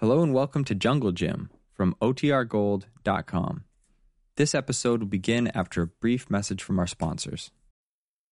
Hello and welcome to Jungle Gym from OTRGold.com. This episode will begin after a brief message from our sponsors.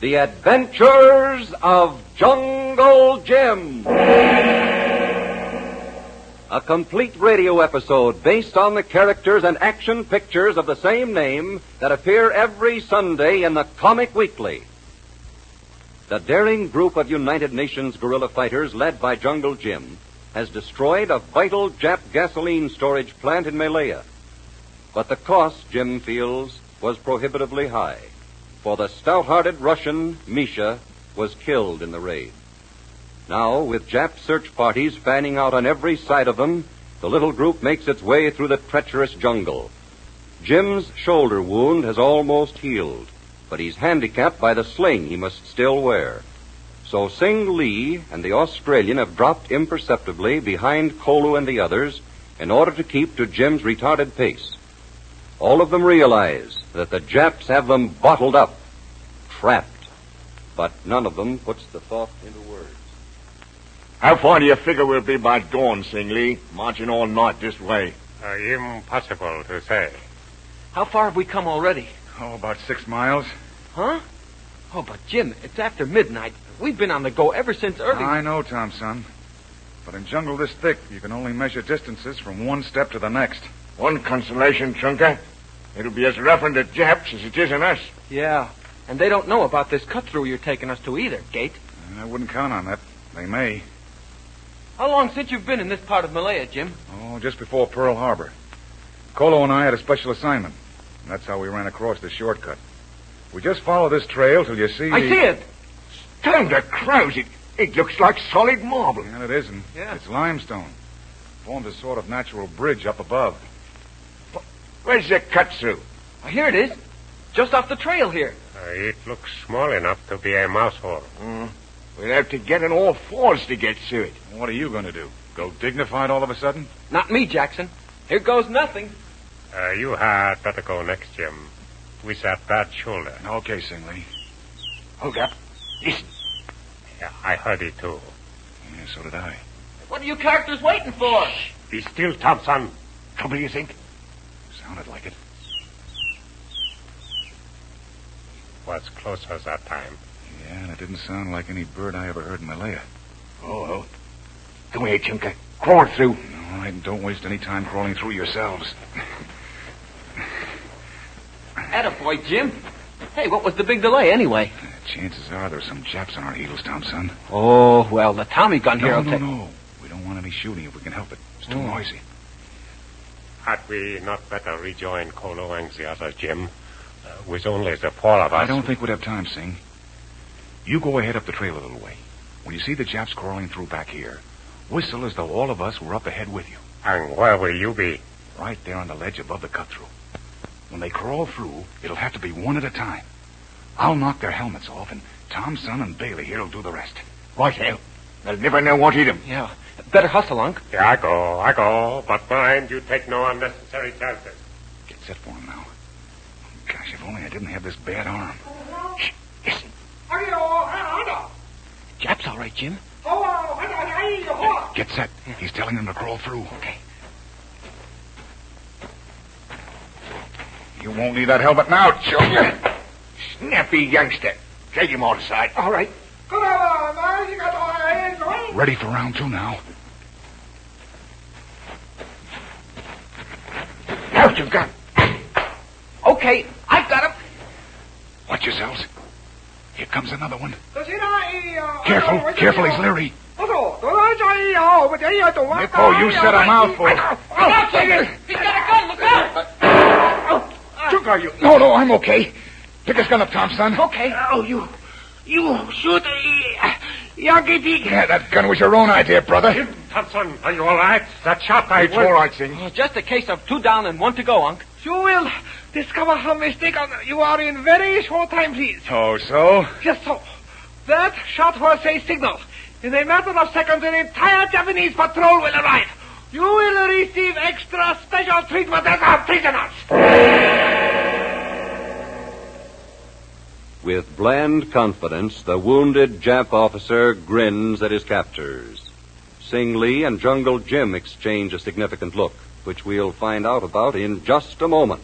The Adventures of Jungle Jim. A complete radio episode based on the characters and action pictures of the same name that appear every Sunday in the Comic Weekly. The daring group of United Nations guerrilla fighters led by Jungle Jim has destroyed a vital Jap gasoline storage plant in Malaya. But the cost, Jim feels, was prohibitively high for the stout hearted Russian, Misha, was killed in the raid. Now, with Jap search parties fanning out on every side of them, the little group makes its way through the treacherous jungle. Jim's shoulder wound has almost healed, but he's handicapped by the sling he must still wear. So Sing Lee and the Australian have dropped imperceptibly behind Kolu and the others in order to keep to Jim's retarded pace. All of them realize that the Japs have them bottled up, trapped. But none of them puts the thought into words. How far do you figure we'll be by dawn, Sing Lee? Marching all night this way. Uh, impossible to say. How far have we come already? Oh, about six miles. Huh? Oh, but Jim, it's after midnight. We've been on the go ever since early. I know, Tom, son. But in jungle this thick, you can only measure distances from one step to the next. One consolation, Chunker. It'll be as rough on the Japs as it is on us. Yeah. And they don't know about this cut through you're taking us to either, Gate. And I wouldn't count on that. They may. How long since you've been in this part of Malaya, Jim? Oh, just before Pearl Harbor. Colo and I had a special assignment. And that's how we ran across the shortcut. We just follow this trail till you see. I the- see it. Thunder crows, it, it looks like solid marble. And it isn't. Yeah. It's limestone. Formed a sort of natural bridge up above. Where's the cut through? Oh, here it is. Just off the trail here. Uh, it looks small enough to be a mouse hole. We'll have to get on all fours to get through it. What are you going to do? Go dignified all of a sudden? Not me, Jackson. Here goes nothing. Uh, you had better go next, Jim. With that bad shoulder. Okay, Singley. Hold up. Listen. Yeah, I heard it too. Yeah, so did I. What are you characters waiting for? Be still, Thompson. Trouble, you think? Sounded like it. Was closer that time. Yeah, and it didn't sound like any bird I ever heard in Malaya. Oh, oh. Come here, Chunker. Crawl through. All right, and don't waste any time crawling through yourselves. Attaboy, Jim. Hey, what was the big delay anyway? Uh, Chances are there's some Japs on our heels, Tom, son. Oh, well, the Tommy gun here no, will no, take... no. We don't want any shooting if we can help it. It's too Oh. noisy. Had we not better rejoin Kolo and the other Jim? Uh, with only the four of us. I don't think we'd have time, Singh. You go ahead up the trail a little way. When you see the Japs crawling through back here, whistle as though all of us were up ahead with you. And where will you be? Right there on the ledge above the cut through. When they crawl through, it'll have to be one at a time. I'll knock their helmets off, and Tom, Son, and Bailey here will do the rest. Right, hell. They'll never know what hit 'em. Yeah. Better hustle, Unc. Yeah, I go, I go. But mind, you take no unnecessary chances. Get set for 'em now. Gosh, if only I didn't have this bad arm. Japs all right, Jim. Get set. He's telling them to crawl through. Okay. You won't need that helmet now, Junior. Snappy youngster. Take him on side. All right. Ready for round two now. Now, Chunker. Okay, I've got him. Watch yourselves. Here comes another one. Careful, careful, he's leery. Nippo, you set a mouthful. Watch it! He's got a gun. Look out! Chunker, you... No, no, I'm okay. Pick his gun up, Tom, son. Okay. Oh, you. You should. Yoggity! Yeah, that gun was your own idea, brother. Jim Thompson, are you all right? That shot I It's all right, Sing. Oh, just a case of two down and one to go, Unc. You will discover her mistake on you are in very short time, please. Oh, so? Just so. That shot was a signal. In a matter of seconds, an entire Japanese patrol will arrive. You will receive extra special treatment as our prisoners. With bland confidence, the wounded Jap officer grins at his captors. Sing Lee and Jungle Jim exchange a significant look, which we'll find out about in just a moment.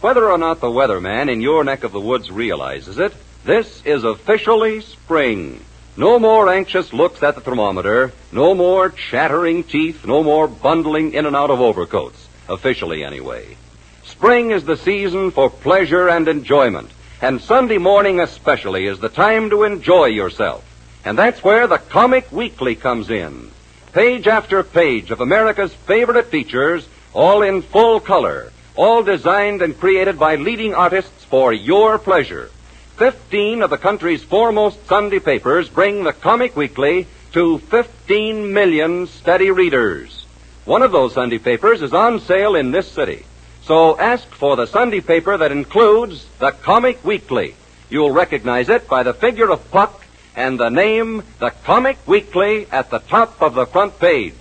Whether or not the weatherman in your neck of the woods realizes it, this is officially spring. No more anxious looks at the thermometer, no more chattering teeth, no more bundling in and out of overcoats. Officially, anyway. Spring is the season for pleasure and enjoyment, and Sunday morning especially is the time to enjoy yourself. And that's where the Comic Weekly comes in. Page after page of America's favorite features, all in full color, all designed and created by leading artists for your pleasure. Fifteen of the country's foremost Sunday papers bring the Comic Weekly to 15 million steady readers. One of those Sunday papers is on sale in this city. So ask for the Sunday paper that includes the Comic Weekly. You'll recognize it by the figure of Puck and the name The Comic Weekly at the top of the front page.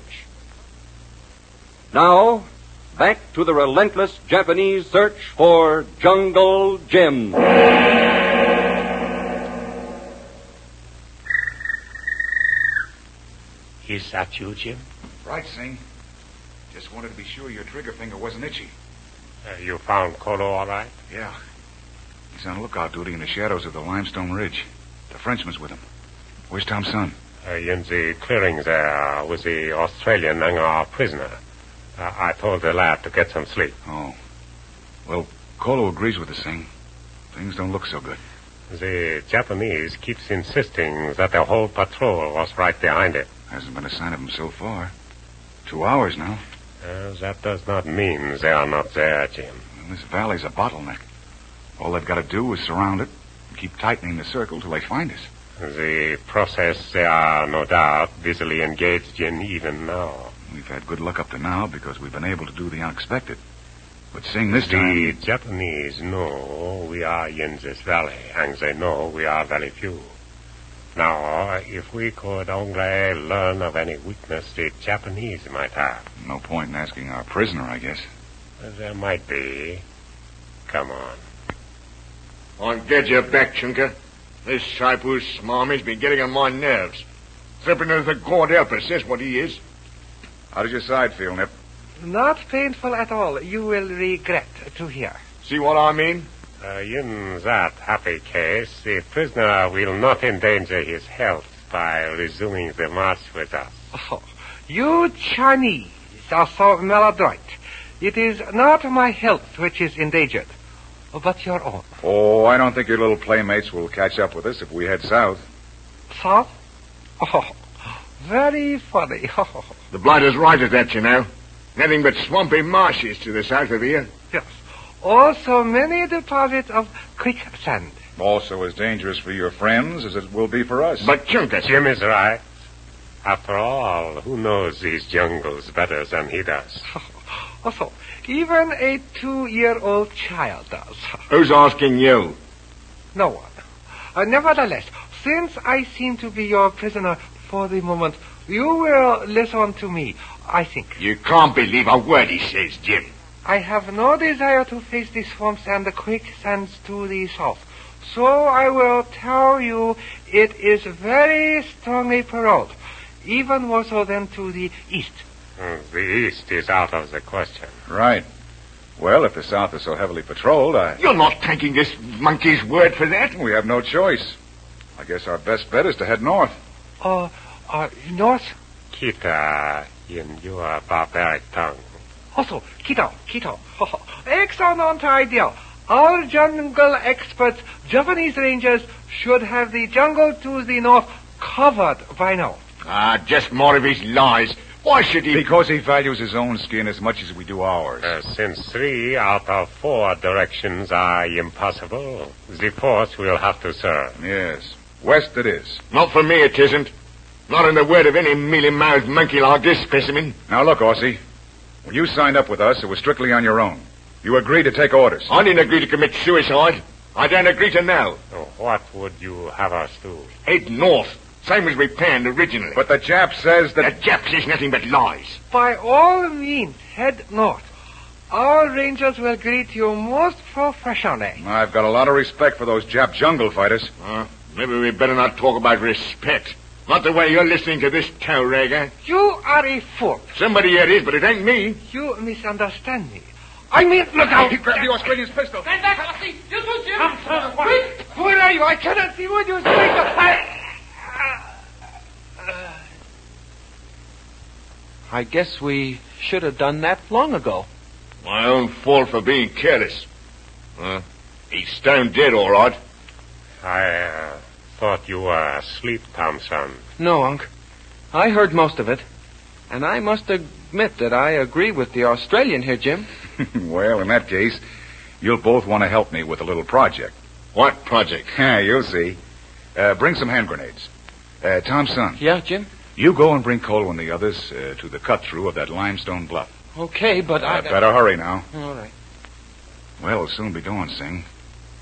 Now, back to the relentless Japanese search for Jungle Jim. Is that you, Jim? Right, Sing. Just wanted to be sure your trigger finger wasn't itchy. Uh, you found Kolo all right? Yeah. He's on lookout duty in the shadows of the limestone ridge. The Frenchman's with him. Where's Tom's son? Uh, in the clearing there with the Australian and our prisoner. Uh, I told the lad to get some sleep. Oh. Well, Colo agrees with us, Sing. Things don't look so good. The Japanese keeps insisting that the whole patrol was right behind it. Hasn't been a sign of him so far. Two hours now. Uh, that does not mean they are not there, Jim. And this valley's a bottleneck. All they've got to do is surround it and keep tightening the circle till they find us. The process they are no doubt busily engaged in even now. We've had good luck up to now because we've been able to do the unexpected. But Sing, this The time... Japanese know we are in this valley, and they know we are very few. Now, if we could only learn of any weakness the Japanese might have, No point in asking our prisoner, I guess. there might be. Come on. I'll get you back, Chunker. This Saipu's smarmy's been getting on my nerves. Flipping as a God help us, that's what he is. How does your side feel, Nip? Not painful at all. You will regret to hear. See what I mean? Uh, in that happy case, the prisoner will not endanger his health by resuming the march with us. Oh, you Chinese are so maladroit. It is not my health which is endangered, but your own. Oh, I don't think your little playmates will catch up with us if we head south. So? Oh, very funny. Oh, The blighter's right at that, you know. Nothing but swampy marshes to the south of here. yes. Also, many deposits of quicksand. Also as dangerous for your friends as it will be for us. But Chunker, Jim is right. After all, who knows these jungles better than he does? Also, even a two-year-old child does. who's asking you? No one. Uh, nevertheless, since I seem to be your prisoner for the moment, you will listen to me, I think. You can't believe a word he says, Jim. I have no desire to face the swamps and the quicksands to the south. So I will tell you it is very strongly paroled, even more so than to the east. Mm, The East is out of the question. Right. Well, if the South is so heavily patrolled, I... You're not taking this monkey's word for that. We have no choice. I guess our best bet is to head north. Uh, uh, north. Kita, in your barbaric tongue. Also, Kito, Kito. Excellent idea. Our jungle experts, Japanese rangers, should have the jungle to the north covered by now. Ah, just more of his lies. Why should he? Because he values his own skin as much as we do ours. Uh, since three out of four directions are impossible, the fourth will have to serve. Yes. West it is. Not for me, it isn't. Not in the word of any mealy-mouthed monkey like this specimen. Now look, Aussie. When you signed up with us, it was strictly on your own. You agreed to take orders. I didn't agree to commit suicide. I don't agree to now. So what would you have us do? Head north, same as we planned originally. But the Jap says the that. Japs is nothing but lies. By all means, head north. Our rangers will greet you most professionally. I've got a lot of respect for those Jap jungle fighters. Uh, maybe we better not talk about respect. Not the way you're listening to this cowragger. You are a fool. Somebody here is, but it ain't me. You misunderstand me. I mean, look out! He grabbed the Australian's pistol. Stand back, Aussie! You too, Jim! I'm sorry, what? Where are you? I cannot see what you're saying. I... I guess we should have done that long ago. My own fault for being careless. Uh, he's stone dead, all right. I uh, thought you were asleep, Thompson. No, Unc. I heard most of it. And I must admit that I agree with the Australian here, Jim. well, in that case, you'll both want to help me with a little project. What project? Yeah, you'll see. Uh, bring some hand grenades. Uh, Thompson, Yeah, Jim? you go and bring Cole and the others uh, to the cut through of that limestone bluff. Okay, but I. Uh, better hurry now. All right. Well, we'll soon be going, Singh.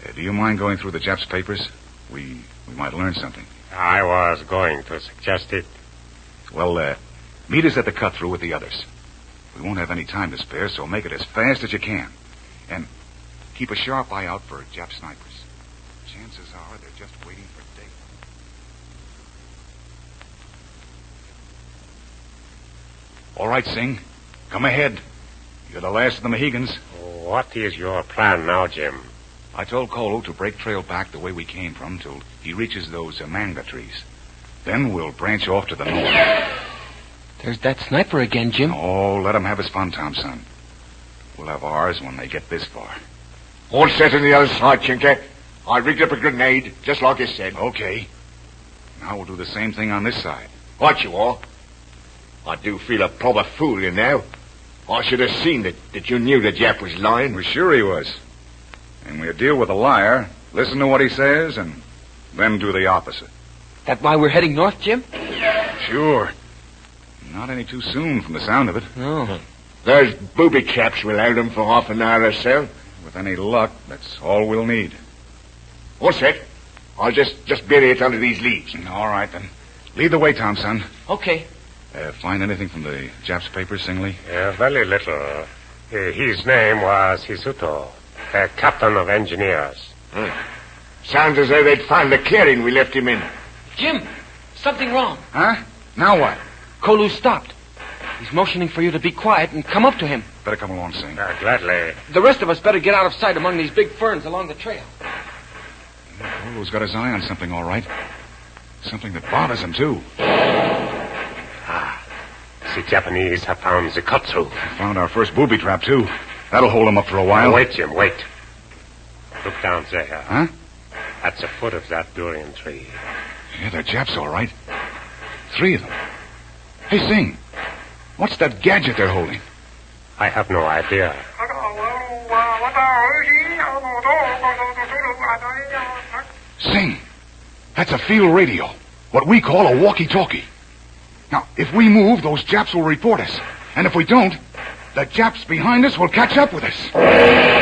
Uh, do you mind going through the Japs' papers? We we might learn something. I was going to suggest it. Well, uh, meet us at the cut through with the others. We won't have any time to spare, so make it as fast as you can. And keep a sharp eye out for Jap snipers. Chances are they're just waiting for daylight. All right, Singh. Come ahead. You're the last of the Mohegans. What is your plan now, Jim? I told Cole to break trail back the way we came from till he reaches those uh, manga trees. Then we'll branch off to the north. There's that sniper again, Jim. Oh, let him have his fun, Tom, son. We'll have ours when they get this far. All set on the other side, Chinker. I rigged up a grenade, just like you said. Okay. Now we'll do the same thing on this side. Right you are. I do feel a proper fool, you know. I should have seen that, that you knew the Jap was lying. We're sure he was. And we'll deal with a liar, listen to what he says, and then do the opposite. That why we're heading north, Jim? Sure. Not any too soon from the sound of it. No. Those booby chaps will hold them for half an hour or so. With any luck, that's all we'll need. All set. I'll just, just bury it under these leaves. All right, then. Lead the way, Tom, son. Okay. Uh, find anything from the Japs' papers, Singley? Uh, very little. Uh, his name was Hisuto, uh, captain of engineers. Sounds as though they'd found the clearing we left him in. Jim, something wrong. Huh? Now what? Kolu stopped. He's motioning for you to be quiet and come up to him. Better come along, Sing. Uh, gladly. The rest of us better get out of sight among these big ferns along the trail. Polo's got his eye on something, all right. Something that bothers him, too. The Japanese have found the cut through. Found our first booby trap, too. That'll hold him up for a while. Wait, Jim, wait. Look down there. Huh? At the foot of that durian tree. Yeah, they're Japs, all right. Three of them. Hey, Sing. What's that gadget they're holding? I have no idea. Sing. That's a field radio. What we call a walkie-talkie. Now, if we move, those Japs will report us. And if we don't, the Japs behind us will catch up with us.